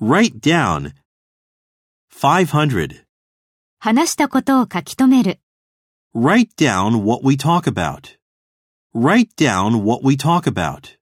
Write down 500. 話したことを書き留める。 Write down what we talk about. Write down what we talk about.